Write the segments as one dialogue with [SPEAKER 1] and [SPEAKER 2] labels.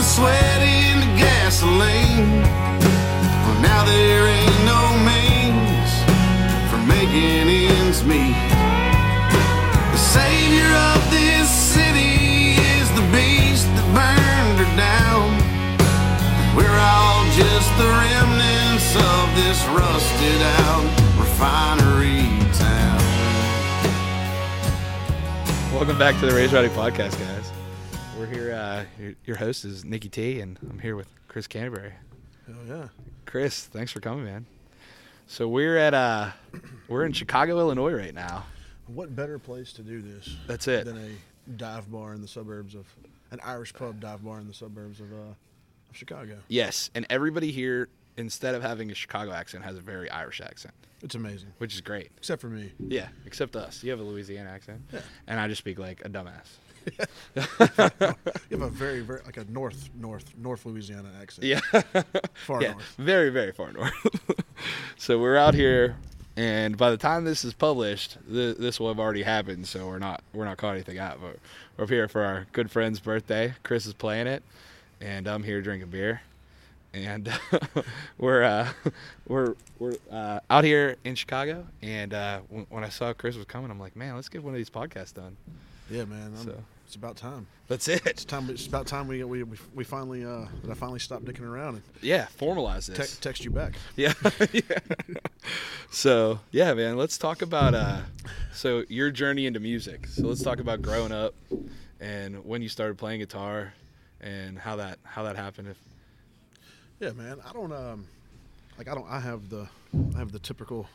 [SPEAKER 1] sweating the gasoline. Well, now there ain't no means for making ends meet. The savior of this city is the beast that burned her down. We're all just the remnants of this rusted out refinery town.
[SPEAKER 2] Welcome back to the Raise Rowdy Podcast, guys. We're here. Uh, your, your host is Nikki T, and I'm here with Chris Canterbury.
[SPEAKER 3] Oh yeah.
[SPEAKER 2] Chris, thanks for coming, man. So we're at uh, we're in Chicago, Illinois, right now.
[SPEAKER 3] What better place to do this?
[SPEAKER 2] That's it.
[SPEAKER 3] Than a dive bar in the suburbs of an Irish pub dive bar in the suburbs of uh, of Chicago.
[SPEAKER 2] Yes, and everybody here, instead of having a Chicago accent, has a very Irish accent,
[SPEAKER 3] It's amazing,
[SPEAKER 2] which is great.
[SPEAKER 3] except for me.
[SPEAKER 2] Yeah, except us. You have a Louisiana accent, and I just speak like a dumbass.
[SPEAKER 3] You have a very very like a north north north Louisiana accent.
[SPEAKER 2] Yeah.
[SPEAKER 3] Far
[SPEAKER 2] yeah,
[SPEAKER 3] north.
[SPEAKER 2] very, very far north. so we're out here, and by the time this is published, th- this will have already happened. So we're not we're not caught anything out. But we're up here for our good friend's birthday. Chris is playing it, and I'm here drinking beer, and we're uh, we're we're uh, out here in Chicago. And uh, when, when I saw Chris was coming, I'm like, man, let's get one of these podcasts done.
[SPEAKER 3] Yeah, man. I'm,
[SPEAKER 2] So.
[SPEAKER 3] It's about time.
[SPEAKER 2] That's
[SPEAKER 3] It's
[SPEAKER 2] it.
[SPEAKER 3] time. It's about time we we, we, we finally uh that I finally stopped dicking around and
[SPEAKER 2] Yeah, formalize this.
[SPEAKER 3] te- text you back.
[SPEAKER 2] Yeah. yeah. So yeah, man. Let's talk about uh, so your journey into music. So let's talk about growing up and when you started playing guitar and how that how that happened. If
[SPEAKER 3] Yeah, man. I don't um like I don't I have the I have the typical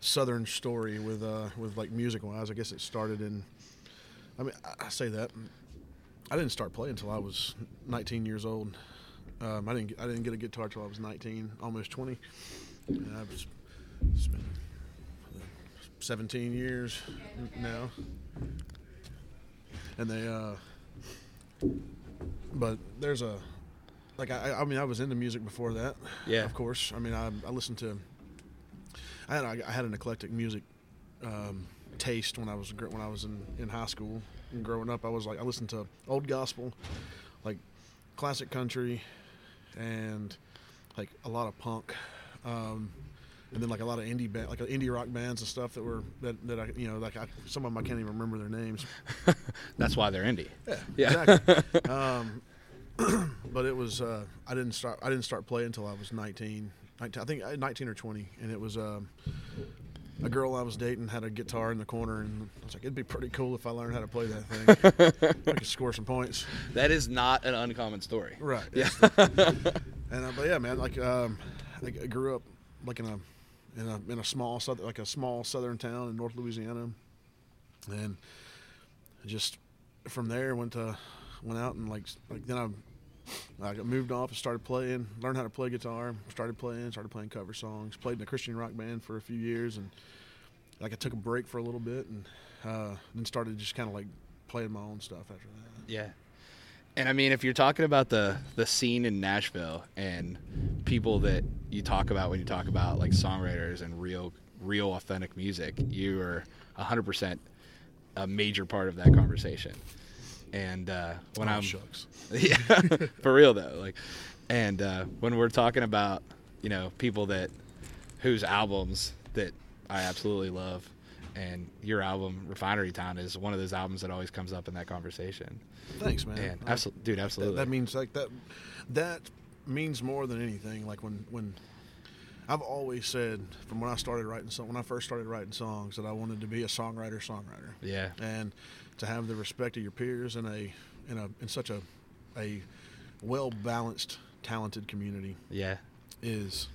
[SPEAKER 3] southern story with uh with like music wise. I guess it started in I mean I, I say that I didn't start playing until I was 19 years old. Um, I didn't get, I didn't get a guitar till I was 19, almost 20. And I've s- spent 17 years n- now. And they uh but there's a like I, I mean I was into music before that.
[SPEAKER 2] Yeah.
[SPEAKER 3] Of course. I mean I, I listened to I had I had an eclectic music um, taste when I was gr- when I was in, in high school and growing up. I was like I listened to old gospel, like classic country, and like a lot of punk, um, and then like a lot of indie band like indie rock bands and stuff that were that, that I you know like I, some of them I can't even remember their names.
[SPEAKER 2] that's why they're indie.
[SPEAKER 3] Yeah. Exactly. um, but it was uh, I didn't start I didn't start playing until I was 19, 19 I think uh, 19 or 20 and it was um, a girl I was dating had a guitar in the corner and I was like it'd be pretty cool if I learned how to play that thing. I could score some points.
[SPEAKER 2] That is not an uncommon story.
[SPEAKER 3] Right.
[SPEAKER 2] Yeah.
[SPEAKER 3] And uh, but yeah, man, like um, like I grew up like in a in a in a small southern like a small southern town in North Louisiana, and just from there went to went out and like s- like then I. I got moved off and started playing, learned how to play guitar, started playing, started playing cover songs, played in a Christian rock band for a few years, and like I took a break for a little bit, and uh, then started just kind of like playing my own stuff after that.
[SPEAKER 2] Yeah. And I mean, if you're talking about the the scene in Nashville and people that you talk about when you talk about like songwriters and real real authentic music, you are 100% a major part of that conversation. And uh, when
[SPEAKER 3] Oh,
[SPEAKER 2] I'm
[SPEAKER 3] shucks.
[SPEAKER 2] yeah, for real though, like, and uh, when we're talking about you know people that whose albums that I absolutely love, and your album Refinery Town is one of those albums that always comes up in that conversation.
[SPEAKER 3] Thanks, man.
[SPEAKER 2] And
[SPEAKER 3] I-
[SPEAKER 2] absolutely, dude, absolutely.
[SPEAKER 3] That, that means like that. That means more than anything. Like when when I've always said from when I started writing song when I first started writing songs that I wanted to be a songwriter songwriter.
[SPEAKER 2] Yeah.
[SPEAKER 3] And to have the respect of your peers in a in a in such a a well balanced talented community
[SPEAKER 2] yeah,
[SPEAKER 3] is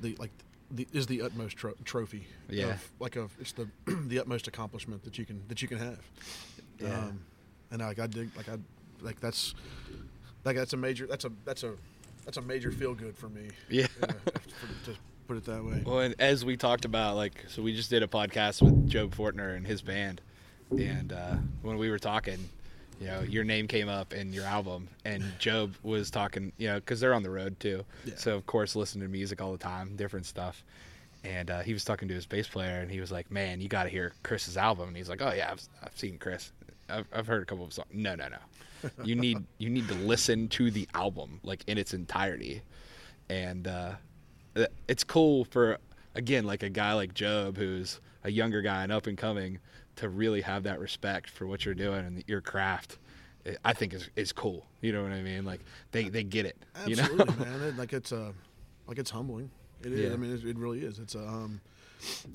[SPEAKER 3] the like the is the utmost tro- trophy.
[SPEAKER 2] Yeah.
[SPEAKER 3] Of, like of it's the the utmost accomplishment that you can that you can have. Um,
[SPEAKER 2] Yeah.
[SPEAKER 3] and like I dig like I like that's like that's a major that's a that's a that's a major feel good for me.
[SPEAKER 2] Yeah.
[SPEAKER 3] uh, for- to put it that way.
[SPEAKER 2] Well, and as we talked about, like, so we just did a podcast with Job Fortner and his band, and uh, when we were talking, you know, your name came up in your album, and Job was talking, you know, because they're on the road too,
[SPEAKER 3] Yeah.
[SPEAKER 2] so of course listening to music all the time, different stuff, and uh, he was talking to his bass player, and he was like, "Man, you got to hear Chris's album," and he's like, "Oh yeah, I've, I've seen Chris." I've, I've heard a couple of songs. No, no, no. You need you need to listen to the album like in its entirety, and uh, th- it's cool for again like a guy like Job who's a younger guy and up and coming to really have that respect for what you're doing and your craft. I- I think is is cool. You know what I mean? Like they they get it. You know?
[SPEAKER 3] Absolutely, man. It, like it's uh, like it's humbling. It is.
[SPEAKER 2] Yeah.
[SPEAKER 3] I mean, it, it really is. It's uh, um,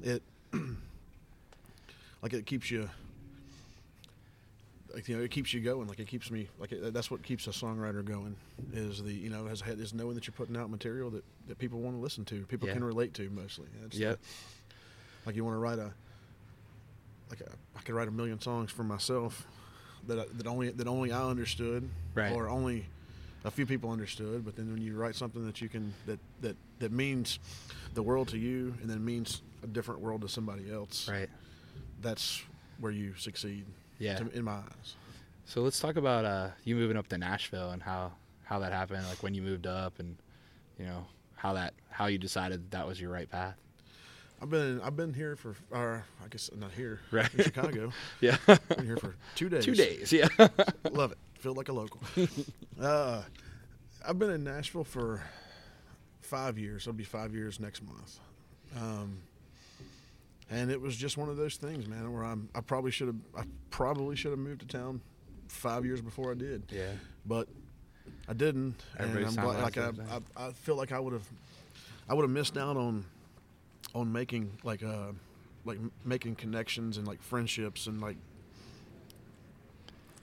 [SPEAKER 3] it like it keeps you. Like, you know, it keeps you going. Like it keeps me. Like it, that's what keeps a songwriter going. Is the you know has is knowing that you're putting out material that, that people want to listen to, people
[SPEAKER 2] Yeah.
[SPEAKER 3] can relate to mostly. That's
[SPEAKER 2] Yeah.
[SPEAKER 3] like you want to write a like a, I could write a million songs for myself that I, that only that only I understood
[SPEAKER 2] Right.
[SPEAKER 3] or only a few people understood but then when you write something that you can that that that means the world to you and then means a different world to somebody else
[SPEAKER 2] Right.
[SPEAKER 3] that's where you succeed
[SPEAKER 2] Yeah.
[SPEAKER 3] to- in my eyes
[SPEAKER 2] So let's talk about uh, you moving up to Nashville and how how that happened, like when you moved up, and you know how that how you decided that was your right path.
[SPEAKER 3] I've been I've been here for or I guess not here
[SPEAKER 2] Right.
[SPEAKER 3] in Chicago
[SPEAKER 2] Yeah,
[SPEAKER 3] I've been here for two days
[SPEAKER 2] two days. Yeah,
[SPEAKER 3] Love it. Feel like a local. uh, I've been in Nashville for five years. It'll be five years next month. Um, and it was just one of those things, man, where I'm, I probably should have, I probably should have moved to town five years before I did.
[SPEAKER 2] Yeah.
[SPEAKER 3] But I didn't.
[SPEAKER 2] Everybody's
[SPEAKER 3] and I'm glad, like, I,
[SPEAKER 2] timelines are
[SPEAKER 3] I, I feel like I would have, I would have missed out on, on making like, uh, like m- making connections and like friendships and like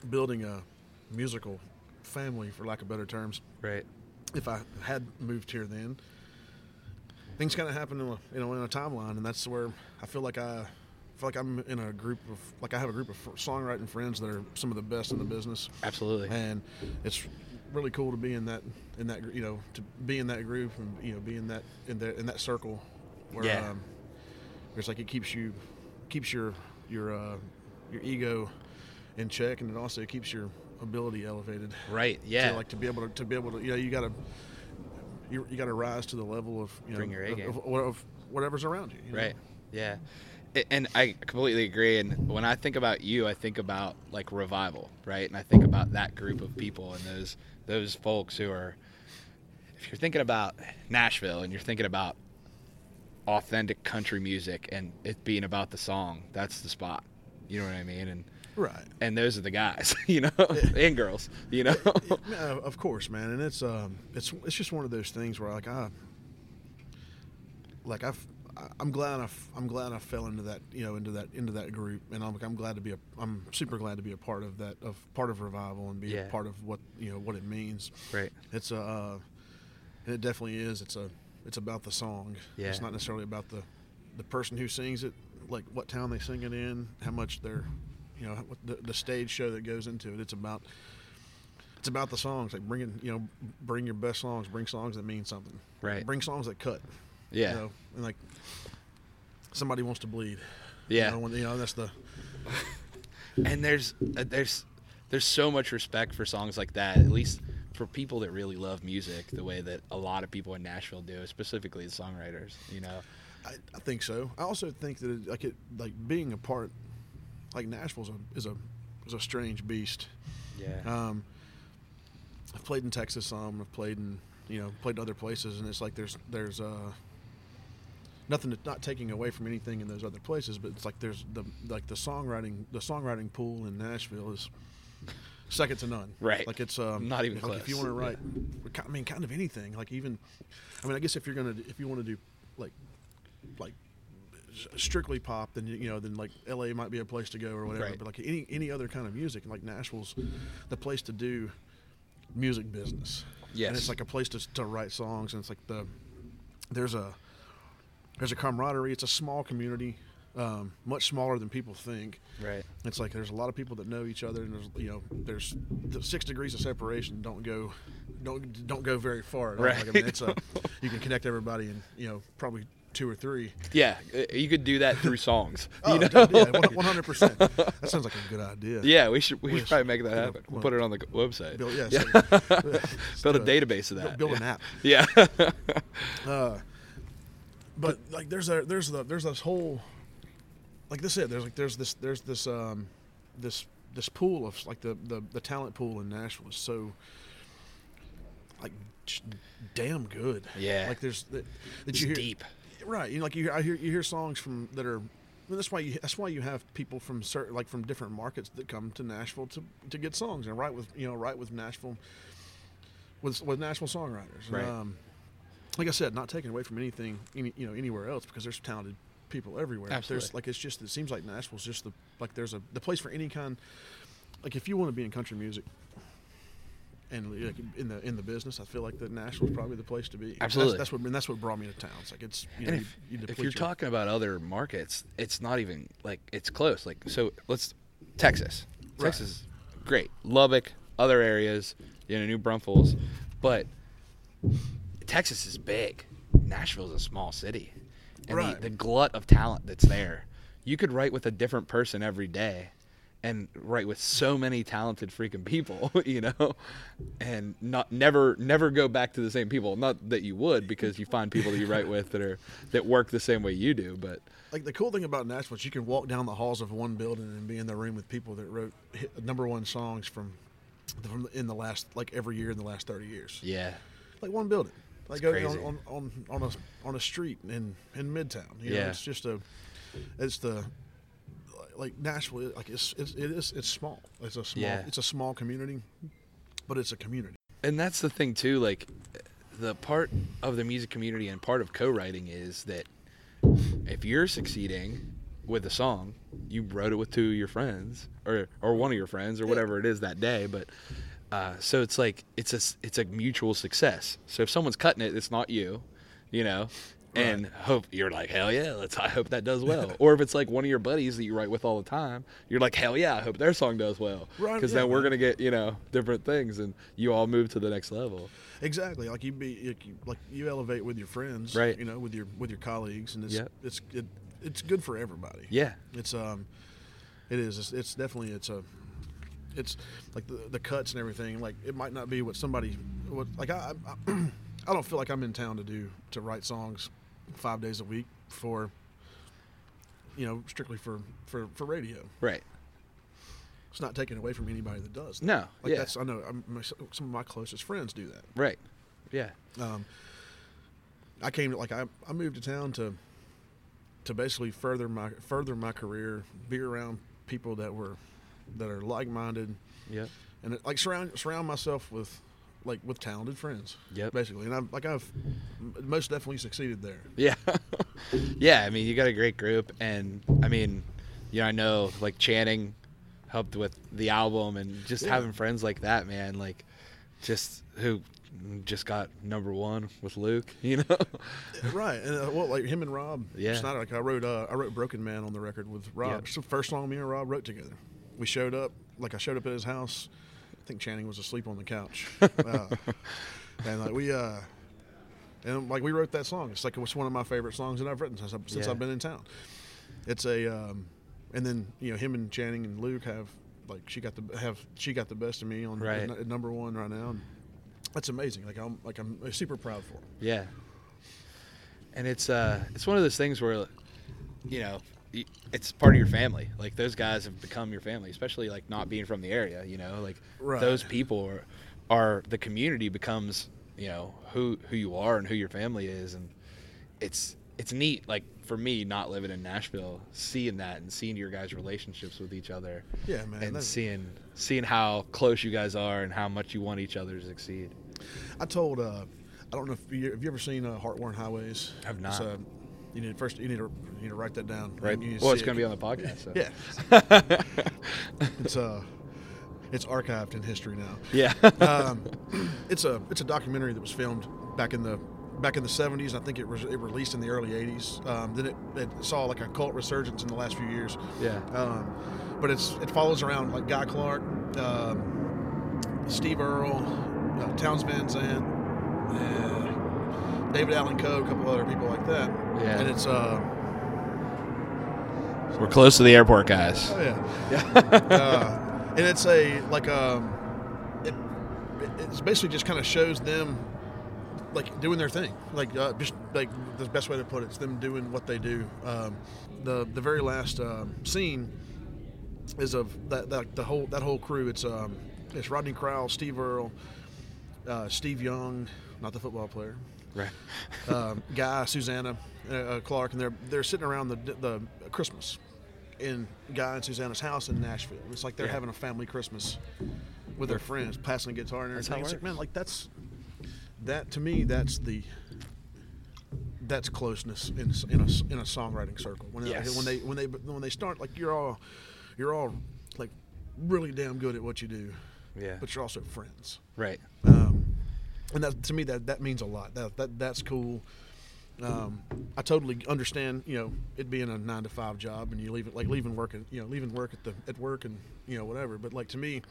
[SPEAKER 3] building a musical family, for lack of better terms.
[SPEAKER 2] right.
[SPEAKER 3] If I had moved here then, things kind of happened in a, you know in a timeline, and that's where I feel like I feel like I'm in a group of like I have a group of fr- songwriting friends that are some of the best in the business,
[SPEAKER 2] Absolutely.
[SPEAKER 3] and it's really cool to be in that in that gr- you know to be in that group and you know be in that in that in that circle where
[SPEAKER 2] Yeah.
[SPEAKER 3] um, it's like it keeps you keeps your your uh, your ego in check and it also keeps your ability elevated
[SPEAKER 2] Right.
[SPEAKER 3] to,
[SPEAKER 2] Yeah.
[SPEAKER 3] like to be able to, to be able to you know you gotta you, you gotta rise to the level of you know
[SPEAKER 2] Bring your A
[SPEAKER 3] of,
[SPEAKER 2] game.
[SPEAKER 3] of, of whatever's around you, you know?
[SPEAKER 2] Right. Yeah. A- And I completely agree. And when I think about you, I think about like revival, right? And I think about that group of people and those those folks who are. If you're thinking about Nashville and you're thinking about authentic country music and it being about the song, that's the spot. You know what I mean? And
[SPEAKER 3] right
[SPEAKER 2] and those are the guys, you know, and girls, you know.
[SPEAKER 3] Yeah, of course, man, and it's um, it's it's just one of those things where like I, like I've, I- I'm glad I, f- I'm glad I fell into that, you know, into that into that group, and I'm I'm glad to be a, I'm super glad to be a part of that of part of revival and be
[SPEAKER 2] Yeah.
[SPEAKER 3] a part of what you know what it means.
[SPEAKER 2] Right.
[SPEAKER 3] It's a, uh, and it definitely is. It's a, it's about the song.
[SPEAKER 2] Yeah.
[SPEAKER 3] It's not necessarily about the, the person who sings it, like what town they sing it in, how much they're, you know, what the, the stage show that goes into it. It's about it's about the songs. Like bringing, you know, bring your best songs. Bring songs that mean something.
[SPEAKER 2] Right.
[SPEAKER 3] Bring songs that cut.
[SPEAKER 2] Yeah.
[SPEAKER 3] You know, and like somebody wants to bleed.
[SPEAKER 2] Yeah.
[SPEAKER 3] You know, when, you know that's the
[SPEAKER 2] and there's uh, there's there's so much respect for songs like that at least for people that really love music the way that a lot of people in nashville do specifically the songwriters you know
[SPEAKER 3] I, I think so. I also think that it, like it like being a part, like Nashville's a is a is a strange beast.
[SPEAKER 2] yeah
[SPEAKER 3] Um, I've played in Texas some. I've played in you know played in other places, and it's like there's there's uh nothing to, not taking away from anything in those other places, but it's like there's the like the songwriting the songwriting pool in Nashville is second to none.
[SPEAKER 2] Right.
[SPEAKER 3] Like it's um,
[SPEAKER 2] Not even
[SPEAKER 3] like If
[SPEAKER 2] close.
[SPEAKER 3] you want to write, I mean, kind of anything. Like even, I mean, I guess if you're gonna if you want to do like like strictly pop, then you know, then like LA might be a place to go or whatever.
[SPEAKER 2] Right.
[SPEAKER 3] But like any any other kind of music, like Nashville's the place to do music business. and
[SPEAKER 2] Yes.
[SPEAKER 3] it's like a place to to write songs, and it's like the there's a there's a camaraderie. It's a small community, um, much smaller than people think.
[SPEAKER 2] right
[SPEAKER 3] It's like there's a lot of people that know each other, and there's you know there's the six degrees of separation. Don't go, don't don't go very far. at all. Like, I
[SPEAKER 2] Right.
[SPEAKER 3] mean, it's a you can connect everybody in you know probably two or three.
[SPEAKER 2] yeah uh, you could do that through songs
[SPEAKER 3] Oh,
[SPEAKER 2] you know
[SPEAKER 3] dude, yeah, one hundred percent. That sounds like a good idea.
[SPEAKER 2] yeah we should we should
[SPEAKER 3] Wish-
[SPEAKER 2] probably make that
[SPEAKER 3] yeah,
[SPEAKER 2] happen we'll
[SPEAKER 3] well-
[SPEAKER 2] put it on the website
[SPEAKER 3] Build, yeah,
[SPEAKER 2] yeah.
[SPEAKER 3] so-
[SPEAKER 2] build a
[SPEAKER 3] do it.
[SPEAKER 2] database of that
[SPEAKER 3] Build
[SPEAKER 2] yeah.
[SPEAKER 3] an app.
[SPEAKER 2] yeah
[SPEAKER 3] Uh, but like there's a there's the there's this whole like this it there's like there's this there's this um this this pool of like the, the the talent pool in Nashville is so like just damn good.
[SPEAKER 2] Yeah.
[SPEAKER 3] like there's that, that
[SPEAKER 2] It's
[SPEAKER 3] you hear
[SPEAKER 2] deep.
[SPEAKER 3] right? You know, like you, hear- I hear you hear songs from that are. I mean, that's why you that's why you have people from certain like from different markets that come to Nashville to to get songs and write with you know write with Nashville with with Nashville songwriters. And,
[SPEAKER 2] Right.
[SPEAKER 3] um, like I said, not taken away from anything any you know anywhere else because there's talented people everywhere. But There's
[SPEAKER 2] Absolutely.
[SPEAKER 3] like it's just it seems like Nashville's just the like there's a the place for any kind. Like if you want to be in country music. And like in the in the business, I feel like that Nashville's probably the place to be. That's-
[SPEAKER 2] Absolutely.
[SPEAKER 3] that's, what and that's what brought me to town. It's like it's you know,
[SPEAKER 2] And
[SPEAKER 3] you-
[SPEAKER 2] if,
[SPEAKER 3] you
[SPEAKER 2] if
[SPEAKER 3] deplete
[SPEAKER 2] you're
[SPEAKER 3] your-
[SPEAKER 2] talking about other markets, it's not even like it's close. Like so, let's Texas.
[SPEAKER 3] Right.
[SPEAKER 2] Texas, great. Lubbock, other areas, you know, New Braunfels, but Texas is big. Nashville's a small city, and
[SPEAKER 3] Right.
[SPEAKER 2] the, the glut of talent that's there. You could write with a different person every day, and write with so many talented freaking people, you know, and not never never go back to the same people. Not that you would, because you find people that you write with that are that work the same way you do. But
[SPEAKER 3] like the cool thing about Nashville is you can walk down the halls of one building and be in the room with people that wrote hit number one songs from from in the last like every year in the last thirty years.
[SPEAKER 2] yeah,
[SPEAKER 3] Like one building. Like
[SPEAKER 2] It's
[SPEAKER 3] go on,
[SPEAKER 2] crazy.
[SPEAKER 3] on, on on a on a street in in Midtown. You know,
[SPEAKER 2] Yeah.
[SPEAKER 3] it's just a it's the like Nashville like it's, it's it is it's small. It's a small
[SPEAKER 2] Yeah.
[SPEAKER 3] it's a small community, but it's a community.
[SPEAKER 2] and that's the thing too like the part of the music community and part of co-writing is that if you're succeeding with a song you wrote it with two of your friends or or one of your friends or whatever it is that day but uh, so it's like it's a s- it's a mutual success so if someone's cutting it it's not you you know and hope you're like hell yeah let's i hope that does well or if it's like one of your buddies that you write with all the time you're like hell yeah i hope their song does well
[SPEAKER 3] Right,
[SPEAKER 2] because
[SPEAKER 3] yeah,
[SPEAKER 2] then we're
[SPEAKER 3] man.
[SPEAKER 2] gonna get you know different things and you all move to the next level
[SPEAKER 3] Exactly, like you be like you, like you elevate with your friends,
[SPEAKER 2] Right.
[SPEAKER 3] You know, with your with your colleagues, and it's
[SPEAKER 2] Yep.
[SPEAKER 3] it's it, it's good for everybody.
[SPEAKER 2] Yeah.
[SPEAKER 3] it's um, it is. It's, it's definitely it's a, it's like the, the cuts and everything. Like it might not be what somebody what like I I, I don't feel like I'm in town to do to write songs five days a week for. You know, strictly for for for radio.
[SPEAKER 2] right
[SPEAKER 3] It's not taken away from anybody that does. that.
[SPEAKER 2] No,
[SPEAKER 3] like
[SPEAKER 2] yeah.
[SPEAKER 3] that's I know I'm, my, some of my closest friends do that.
[SPEAKER 2] right yeah
[SPEAKER 3] um, I came to like I, I moved to town to to basically further my further my career, be around people that were that are like minded,
[SPEAKER 2] yep
[SPEAKER 3] and like surround surround myself with like with talented friends.
[SPEAKER 2] Yep.
[SPEAKER 3] basically, and I like I've m- most definitely succeeded there.
[SPEAKER 2] yeah yeah i mean you got a great group and i mean you know i know like channing helped with the album and just
[SPEAKER 3] Yeah.
[SPEAKER 2] having friends like that man like just who just got number one with luke you know
[SPEAKER 3] right, and uh, well, like him and Rob
[SPEAKER 2] Yeah.
[SPEAKER 3] Snyder, like I wrote uh, I wrote Broken Man on the record with Rob.
[SPEAKER 2] Yep.
[SPEAKER 3] It's the first song me and Rob wrote together. We showed up like I showed up at his house. I think Channing was asleep on the couch, uh, and like we uh, and like we wrote that song. It's like it's one of my favorite songs that I've written since, I, since
[SPEAKER 2] Yeah.
[SPEAKER 3] I've been in town. It's a um, and then you know him and Channing and Luke have like she got the have she got the best of me on
[SPEAKER 2] Right.
[SPEAKER 3] at number one right now. And that's amazing. Like I'm like I'm super proud for. Him.
[SPEAKER 2] Yeah. And it's uh it's one of those things where you know, y- it's part of your family. Like those guys have become your family, especially like not being from the area, you know, like
[SPEAKER 3] Right.
[SPEAKER 2] those people are are the community becomes, you know, who who you are and who your family is and it's it's neat like for me not living in Nashville, seeing that and seeing your guys' relationships with each other.
[SPEAKER 3] Yeah, man,
[SPEAKER 2] And
[SPEAKER 3] that's-
[SPEAKER 2] seeing seeing how close you guys are and how much you want each other to succeed.
[SPEAKER 3] I told. Uh, I don't know if you have you ever seen uh, Heartworn Highways.
[SPEAKER 2] I've not.
[SPEAKER 3] It's, uh, you need first. You need to you need to write that down.
[SPEAKER 2] Right.
[SPEAKER 3] You need
[SPEAKER 2] Well,
[SPEAKER 3] see
[SPEAKER 2] it's
[SPEAKER 3] it.
[SPEAKER 2] going to be on the podcast. So.
[SPEAKER 3] Yeah. it's uh, it's archived in history now.
[SPEAKER 2] Yeah.
[SPEAKER 3] Um, it's a it's a documentary that was filmed back in the back in the 70s. I think it was it released in the early 80s. Um, then it, it saw like a cult resurgence in the last few years.
[SPEAKER 2] Yeah.
[SPEAKER 3] Um, but it's it follows around like Guy Clark, um, Steve Earle, uh, Towns Van Zandt, uh, David Allen Coe, a couple other people like that.
[SPEAKER 2] Yeah.
[SPEAKER 3] And it's uh,
[SPEAKER 2] We're close to the airport, guys.
[SPEAKER 3] oh yeah, uh, and it's a like um, it, it's basically just kind of shows them like doing their thing, like uh, just like the best way to put it, it's them doing what they do. Um, the the very last um scene is of that, that the whole that whole crew. It's um, it's Rodney Crowell, Steve Earle, uh, Steve Young, not the football player,
[SPEAKER 2] Right.
[SPEAKER 3] um, Guy, Susanna, uh, uh, Clark, and they're they're sitting around the the Christmas in Guy and Susanna's house in Nashville. It's like they're
[SPEAKER 2] Yeah.
[SPEAKER 3] having a family Christmas with their friends, passing a guitar and
[SPEAKER 2] That's how it
[SPEAKER 3] everything.
[SPEAKER 2] works.
[SPEAKER 3] It's like, man, like that's that to me. That's the that's closeness in s- in a, s- in a songwriting circle. When,
[SPEAKER 2] Yes.
[SPEAKER 3] they, when they when they when they start like you're all you're all like really damn good at what you do,
[SPEAKER 2] Yeah.
[SPEAKER 3] but you're also friends
[SPEAKER 2] Right.
[SPEAKER 3] um, and that to me that that means a lot. That that that's cool. Um, I totally understand. You know, it being a nine to five job and you leave it like leaving work and you know leaving work at the at work and you know whatever. But like to me,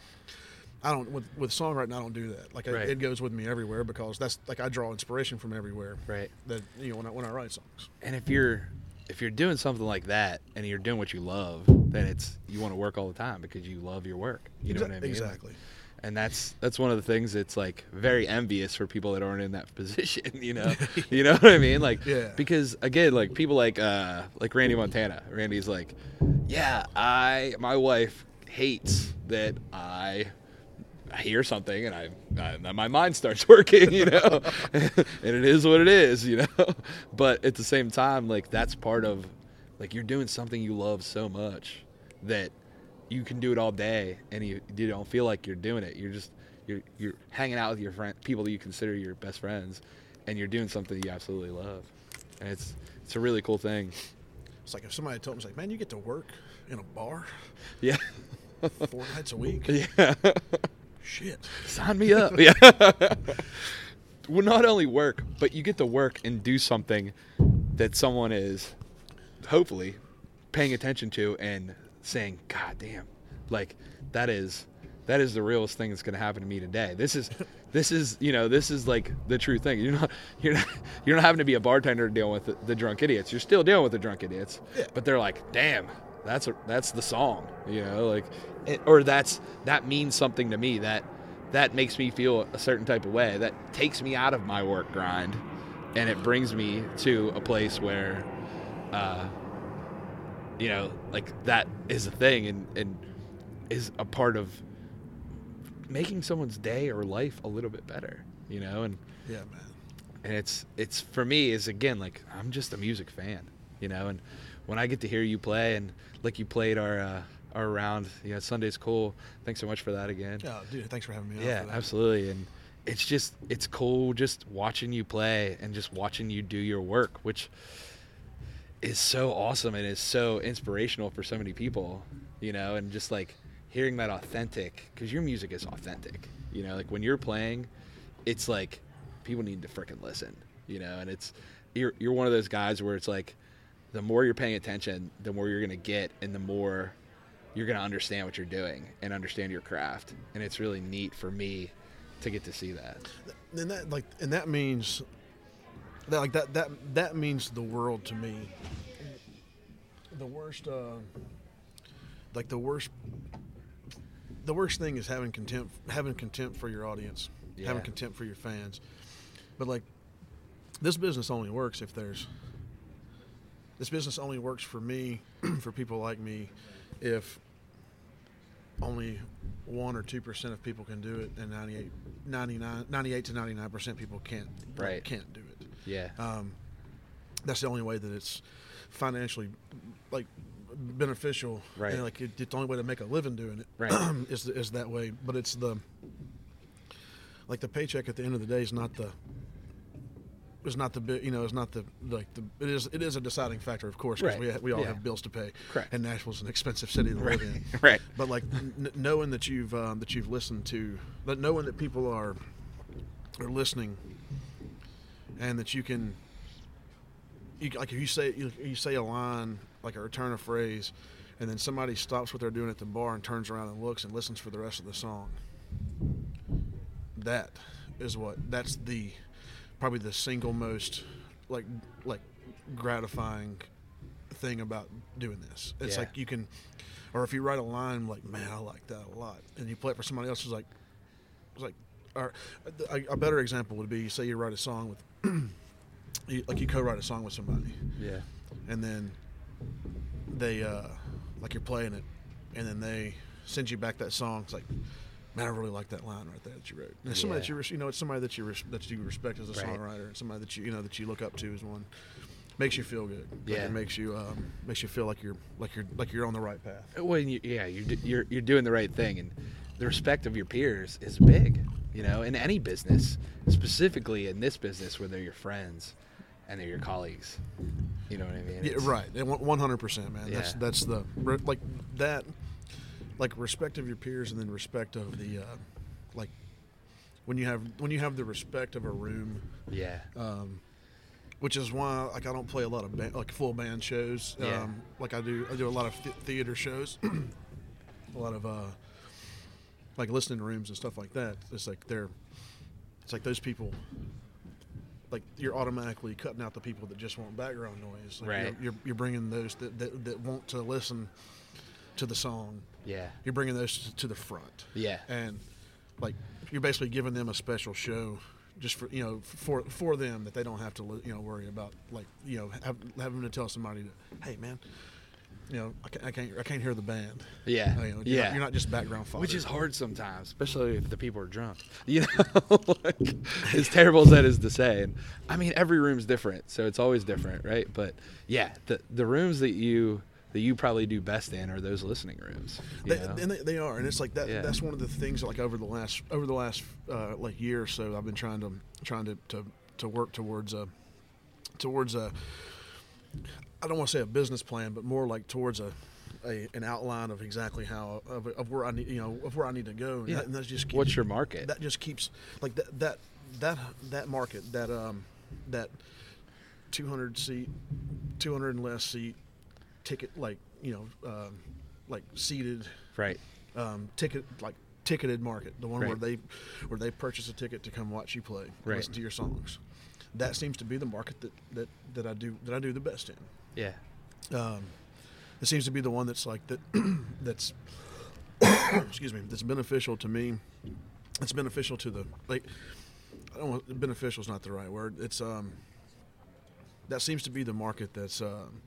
[SPEAKER 3] I don't with with songwriting I don't do that. Like I,
[SPEAKER 2] Right.
[SPEAKER 3] it goes with me everywhere because that's like I draw inspiration from everywhere.
[SPEAKER 2] Right.
[SPEAKER 3] That you know when I when I write songs.
[SPEAKER 2] And if you're if you're doing something like that and you're doing what you love, then it's you want to work all the time because you love your work. You know
[SPEAKER 3] Exa-
[SPEAKER 2] what I mean?
[SPEAKER 3] Exactly.
[SPEAKER 2] and that's that's one of the things that's like very envious for people that aren't in that position you know you know what i mean like
[SPEAKER 3] Yeah.
[SPEAKER 2] because again like people like uh like randy montana randy's like yeah i my wife hates that i hear something and I, I my mind starts working you know and it is what it is you know but at the same time like that's part of like you're doing something you love so much that you can do it all day and you, you don't feel like you're doing it you're just you're, you're hanging out with your friend people that you consider your best friends and you're doing something you absolutely love and it's it's a really cool thing
[SPEAKER 3] It's like if somebody told me, it's like, man, you get to work in a bar
[SPEAKER 2] yeah
[SPEAKER 3] four nights a week.
[SPEAKER 2] yeah
[SPEAKER 3] Shit.
[SPEAKER 2] sign me up. yeah. well, not only work, but you get to work and do something that someone is hopefully paying attention to and saying, "God damn, like that is that is the realest thing that's going to happen to me today." This is this is you know this is like the true thing. You're not you're not you're not having to be a bartender to deal with the, the drunk idiots. You're still dealing with the drunk idiots,
[SPEAKER 3] Yeah.
[SPEAKER 2] but they're like, "Damn." That's a, that's the song, you know, like, it, or that's that means something to me. That that makes me feel a certain type of way. That takes me out of my work grind, and it brings me to a place where uh, you know, like that is a thing and, and is a part of making someone's day or life a little bit better, you know, and,
[SPEAKER 3] Yeah, man.
[SPEAKER 2] and it's, it's for me is again, like I'm just a music fan, you know, and when I get to hear you play and like you played our, uh, our round, you know, Sunday's cool. Thanks so much for that again.
[SPEAKER 3] Yeah, dude. Thanks for having me. on
[SPEAKER 2] Yeah,
[SPEAKER 3] for that.
[SPEAKER 2] absolutely. And it's just it's cool just watching you play and just watching you do your work, which is so awesome and is so inspirational for so many people, you know, and just like hearing that authentic cuz your music is authentic. You know, like when you're playing, it's like people need to freaking listen, you know, and it's you're you're one of those guys where it's like the more you're paying attention, the more you're going to get and the more you're going to understand what you're doing and understand your craft. And it's really neat for me to get to see that.
[SPEAKER 3] and that like and that means that like that that that means the world to me the worst uh like the worst the worst thing is having contempt having contempt for your audience
[SPEAKER 2] Yeah.
[SPEAKER 3] having contempt for your fans but like this business only works if there's this business only works for me for people like me if only one or two percent of people can do it, and 98, 99, 98 to ninety nine percent people can't
[SPEAKER 2] Right.
[SPEAKER 3] can't do it.
[SPEAKER 2] Yeah.
[SPEAKER 3] Um, that's the only way that it's financially like beneficial.
[SPEAKER 2] Right.
[SPEAKER 3] And, like it, it's the only way to make a living doing it.
[SPEAKER 2] Right.
[SPEAKER 3] is is that way? But it's the like the paycheck at the end of the day is not the is not the big you know is not the like the it is it is a deciding factor of course because
[SPEAKER 2] Right.
[SPEAKER 3] we, ha- we all
[SPEAKER 2] Yeah.
[SPEAKER 3] have bills to pay
[SPEAKER 2] Correct.
[SPEAKER 3] and Nashville's an expensive city to
[SPEAKER 2] Right.
[SPEAKER 3] live in
[SPEAKER 2] Right.
[SPEAKER 3] but like n- knowing that you've um, that you've listened to that knowing that people are are listening and that you can you like if you say you, you say a line like a return of phrase and then somebody stops what they're doing at the bar and turns around and looks and listens for the rest of the song that is what that's the probably the single most like like gratifying thing about doing this it's
[SPEAKER 2] Yeah.
[SPEAKER 3] like you can or if you write a line like man i like that a lot and you play it for somebody else who's like it's like or a, a better example would be say you write a song with you, like you co-write a song with somebody
[SPEAKER 2] yeah.
[SPEAKER 3] and then they uh like you're playing it and then they send you back that song. It's like, man, I really like that line right there that you wrote. And it's somebody that you,
[SPEAKER 2] Yeah.
[SPEAKER 3] res- you know, it's somebody that you res- that you respect as a
[SPEAKER 2] Right.
[SPEAKER 3] songwriter, and somebody that you you know that you look up to as one. Makes you feel good. Like,
[SPEAKER 2] Yeah.
[SPEAKER 3] it makes you um, makes you feel like you're like you're like you're on the right path.
[SPEAKER 2] when you yeah you're, d- you're you're doing the right thing and the respect of your peers is big you know in any business specifically in this business where they're your friends and they're your colleagues you know what i mean
[SPEAKER 3] Yeah,
[SPEAKER 2] It's-
[SPEAKER 3] right. One hundred percent, man. That's
[SPEAKER 2] Yeah.
[SPEAKER 3] that's the re- like that, like respect of your peers, and then respect of the, uh, like, when you have when you have the respect of a room,
[SPEAKER 2] yeah
[SPEAKER 3] um, which is why like I don't play a lot of band, like full band shows. Um,
[SPEAKER 2] Yeah.
[SPEAKER 3] Like I do, I do a lot of th- theater shows, a lot of uh, like listening rooms and stuff like that. It's like they're, it's like those people. Like you're automatically cutting out the people that just want background noise. Like
[SPEAKER 2] Right.
[SPEAKER 3] You're, you're, you're bringing those that, that, that want to listen to the song.
[SPEAKER 2] yeah
[SPEAKER 3] You're bringing those t- to the front.
[SPEAKER 2] Yeah.
[SPEAKER 3] And like you're basically giving them a special show just for you know for for them that they don't have to li- you know worry about like you know have, having to tell somebody that hey man you know I can't I can't, I can't hear the band
[SPEAKER 2] Yeah.
[SPEAKER 3] You know, you're
[SPEAKER 2] Yeah.
[SPEAKER 3] not, you're not just background fodder
[SPEAKER 2] which is hard sometimes, especially if the people are drunk. You know, like, as terrible as that is to say, and I mean every room's different, so it's always different, right? But yeah, the the rooms that you that you probably do best in are those listening rooms. you
[SPEAKER 3] They,
[SPEAKER 2] know?
[SPEAKER 3] and they, they are, and it's like that.
[SPEAKER 2] Yeah.
[SPEAKER 3] That's one of the things. Like over the last over the last uh, like year or so, I've been trying to trying to to, to work towards a towards a. I don't want to say a business plan, but more like towards a, a an outline of exactly how of, of where I need you know of where I need to go. And
[SPEAKER 2] Yeah.
[SPEAKER 3] that, and that's just keep-
[SPEAKER 2] What's your market?
[SPEAKER 3] that just keeps like that that that that market that um that 200 seat 200 and less seat ticket like you know um, like seated
[SPEAKER 2] right.
[SPEAKER 3] um, ticket like ticketed market, the one where
[SPEAKER 2] Right.
[SPEAKER 3] they where they purchase a ticket to come watch you play, and
[SPEAKER 2] Right.
[SPEAKER 3] listen to your songs. That seems to be the market that, that, that I do that I do the best in.
[SPEAKER 2] Yeah.
[SPEAKER 3] Um, it seems to be the one that's like that that's excuse me that's beneficial to me. It's beneficial to the like. I don't want, beneficial is not the right word. It's um. That seems to be the market that's. um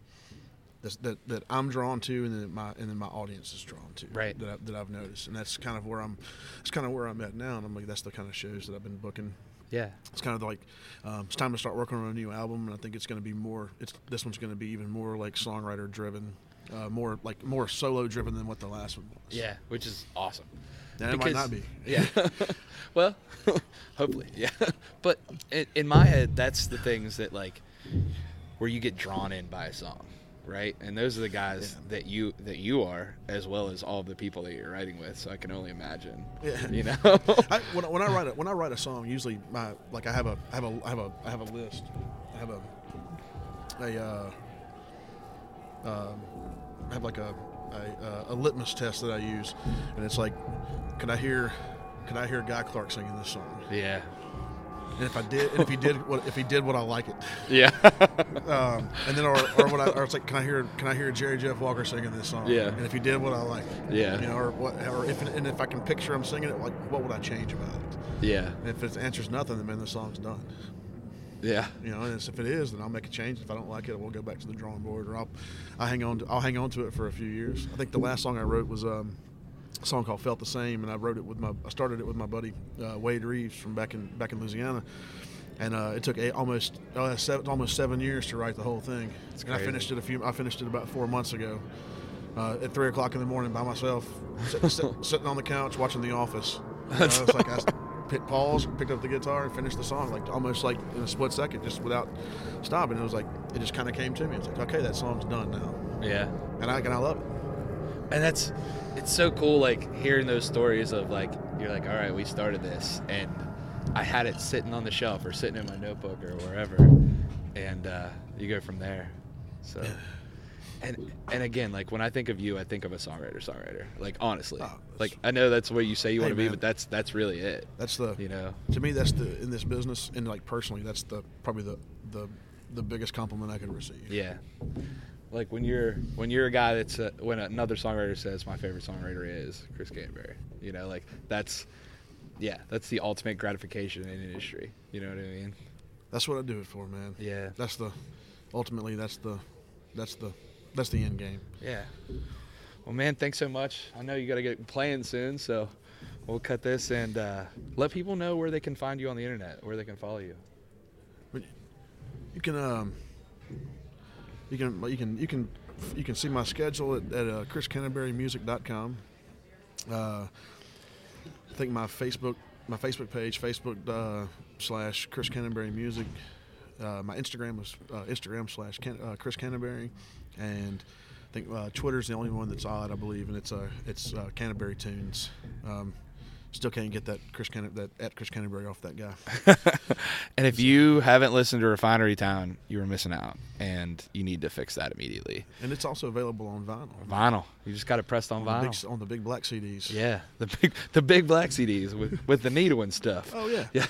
[SPEAKER 3] that's, that, that I'm drawn to, and then my and then my audience is drawn to.
[SPEAKER 2] Right.
[SPEAKER 3] That, I, that I've noticed, and that's kind of where I'm. That's kind of where I'm at now, and I'm like, that's the kind of shows that I've been booking.
[SPEAKER 2] Yeah.
[SPEAKER 3] It's kind of like um, it's time to start working on a new album, and I think it's going to be more. It's this one's going to be even more like songwriter driven, uh, more like more solo driven than what the last one was.
[SPEAKER 2] Yeah, which is awesome.
[SPEAKER 3] Yeah, it might not be.
[SPEAKER 2] Yeah. well, hopefully. Yeah. But in, in my head, that's the things that like where you get drawn in by a song, right? And those are the guys that you that you are, as well as all the people that you're writing with. So I can only imagine.
[SPEAKER 3] Yeah.
[SPEAKER 2] You know.
[SPEAKER 3] I, when, I- when I write a, when I write a song, usually my like I have a I have a I have a I have a list. I have a a uh, um, I have like a a, uh, a litmus test that I use, and it's like, could I hear could I hear Guy Clark singing this song?
[SPEAKER 2] yeah.
[SPEAKER 3] And if I did, and if he did what if he did what I like it,
[SPEAKER 2] Yeah.
[SPEAKER 3] um, and then or, or what I or it's like, can I hear can I hear Jerry Jeff Walker singing this song?
[SPEAKER 2] Yeah.
[SPEAKER 3] And if he did what I like,
[SPEAKER 2] Yeah.
[SPEAKER 3] you know, or what or if and if I can picture him singing it, like what would I change about it?
[SPEAKER 2] yeah.
[SPEAKER 3] And if it answers nothing, then man, the song's done.
[SPEAKER 2] Yeah.
[SPEAKER 3] You know, and it's, if it is, then I'll make a change. If I don't like it, we'll go back to the drawing board, or I'll, I hang on. To, I'll hang on to it for a few years. I think the last song I wrote was um, a song called "Felt the Same," and I wrote it with my. I started it with my buddy uh, Wade Reeves from back in back in Louisiana, and uh, it took eight, almost uh, seven, almost seven years to write the whole thing.
[SPEAKER 2] That's
[SPEAKER 3] and I
[SPEAKER 2] crazy.
[SPEAKER 3] finished it a few. I finished it about four months ago. Uh, at three o'clock in the morning, by myself, sit, sit, sitting on the couch watching The Office. You know, it's like I s- hit pause, picked up the guitar, and finished the song like almost like in a split second, just without stopping. It was like it just kind of came to me. It's like okay, that song's done now,
[SPEAKER 2] Yeah.
[SPEAKER 3] and I and I love it.
[SPEAKER 2] and that's it's so cool like hearing those stories of like you're like all right we started this and i had it sitting on the shelf or sitting in my notebook or wherever and uh, you go from there so and and again like when i think of you i think of a songwriter songwriter like honestly
[SPEAKER 3] Oh,
[SPEAKER 2] like i know that's where you say you
[SPEAKER 3] Hey,
[SPEAKER 2] want to be
[SPEAKER 3] man.
[SPEAKER 2] but that's that's really it
[SPEAKER 3] That's the
[SPEAKER 2] you know
[SPEAKER 3] to me that's the in this business and like personally that's the probably the the the biggest compliment I could receive.
[SPEAKER 2] Yeah. Like when you're when you're a guy that's uh when another songwriter says my favorite songwriter is Chris Canberry, you know, like that's yeah, that's the ultimate gratification in industry. You know what I mean?
[SPEAKER 3] That's what I do it for, man.
[SPEAKER 2] Yeah.
[SPEAKER 3] That's the ultimately that's the that's the that's the end game.
[SPEAKER 2] Yeah. Well, man, thanks so much. I know you got to get playing soon, so we'll cut this and uh, let people know where they can find you on the internet, where they can follow you.
[SPEAKER 3] But you can um, you can you can you can you can see my schedule at, at uh, chriscanterburymusic.com. Uh, I think my Facebook my Facebook page Facebook uh, slash Chris Canterbury Music. Uh, my Instagram was uh, Instagram slash Can- uh, Chris Canterbury, and I think uh, Twitter's the only one that's odd, I believe, and it's uh, it's uh, Canterbury Tunes. Um, still can't get that Chris Canter- that at Chris Canterbury off that guy.
[SPEAKER 2] And if you haven't listened to Refinery Town, you were missing out, and you need to fix that immediately.
[SPEAKER 3] And it's also available on vinyl.
[SPEAKER 2] Vinyl, you just got it pressed on
[SPEAKER 3] On the,
[SPEAKER 2] vinyl.
[SPEAKER 3] big, on the big black CDs.
[SPEAKER 2] Yeah, the big the big black CDs with with the needle and stuff.
[SPEAKER 3] Oh, yeah.
[SPEAKER 2] yeah.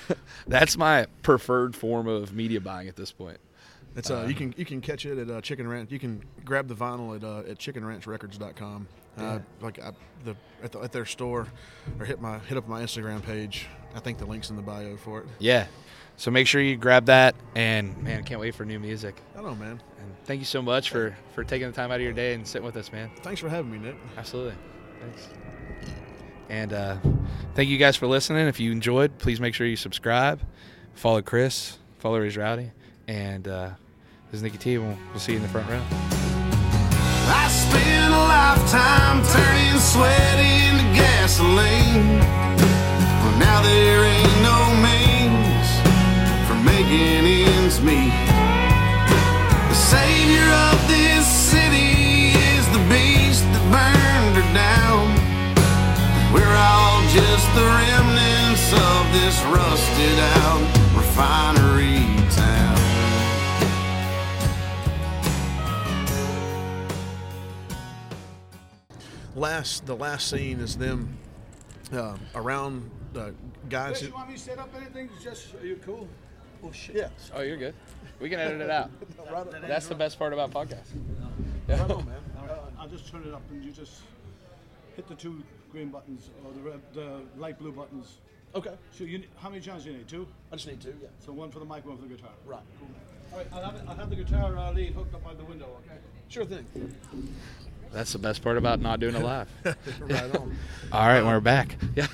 [SPEAKER 2] That's my preferred form of media buying at this point.
[SPEAKER 3] It's uh, you
[SPEAKER 2] Uh-huh.
[SPEAKER 3] can you can catch it at uh, Chicken Ranch. You can grab the vinyl at uh, at chickenranchrecords.com. Uh, like I, the, at, the, at their store, or hit my hit up my Instagram page. I think the link's in the bio for it.
[SPEAKER 2] Yeah, so make sure you grab that, and man, I can't wait for new music.
[SPEAKER 3] I don't know, man.
[SPEAKER 2] And thank you so much for for taking the time out of your day and sitting with us, man.
[SPEAKER 3] Thanks for having me, Nick.
[SPEAKER 2] Absolutely. Thanks. And uh, thank you guys for listening. If you enjoyed, please make sure you subscribe, follow Chris, follow his rowdy, and uh, this is Nikki T. We'll, we'll see you in the front row.
[SPEAKER 1] I spent a lifetime turning sweat into gasoline. Well, now there ain't no means for making ends meet. The savior of this city is the beast that burned her down. We're all just the remnants of this rusted out refinery town.
[SPEAKER 3] Last the last scene is them uh, around uh, guys.
[SPEAKER 4] Chris,
[SPEAKER 3] Who,
[SPEAKER 4] you want me to set up anything? Just are you cool? Oh shit.
[SPEAKER 3] yeah,
[SPEAKER 2] Oh, you're good. We can edit it out.
[SPEAKER 3] right, on-
[SPEAKER 2] That's the best part about podcasts.
[SPEAKER 3] right on, man.
[SPEAKER 4] All right, Uh, I'll just turn it up and you just hit the two green buttons or the red, the light blue buttons.
[SPEAKER 3] Okay,
[SPEAKER 4] So you, ne- how many channels do you need? Two.
[SPEAKER 3] I just need to. Yeah,
[SPEAKER 4] So one for the mic, one for the guitar.
[SPEAKER 3] right.
[SPEAKER 4] All right, I'll have, it, I'll have the guitar uh, lead hooked up by the window. Okay.
[SPEAKER 3] Sure thing.
[SPEAKER 2] That's the best part about not doing it live.
[SPEAKER 3] right on.
[SPEAKER 2] All right, we're back. Yeah.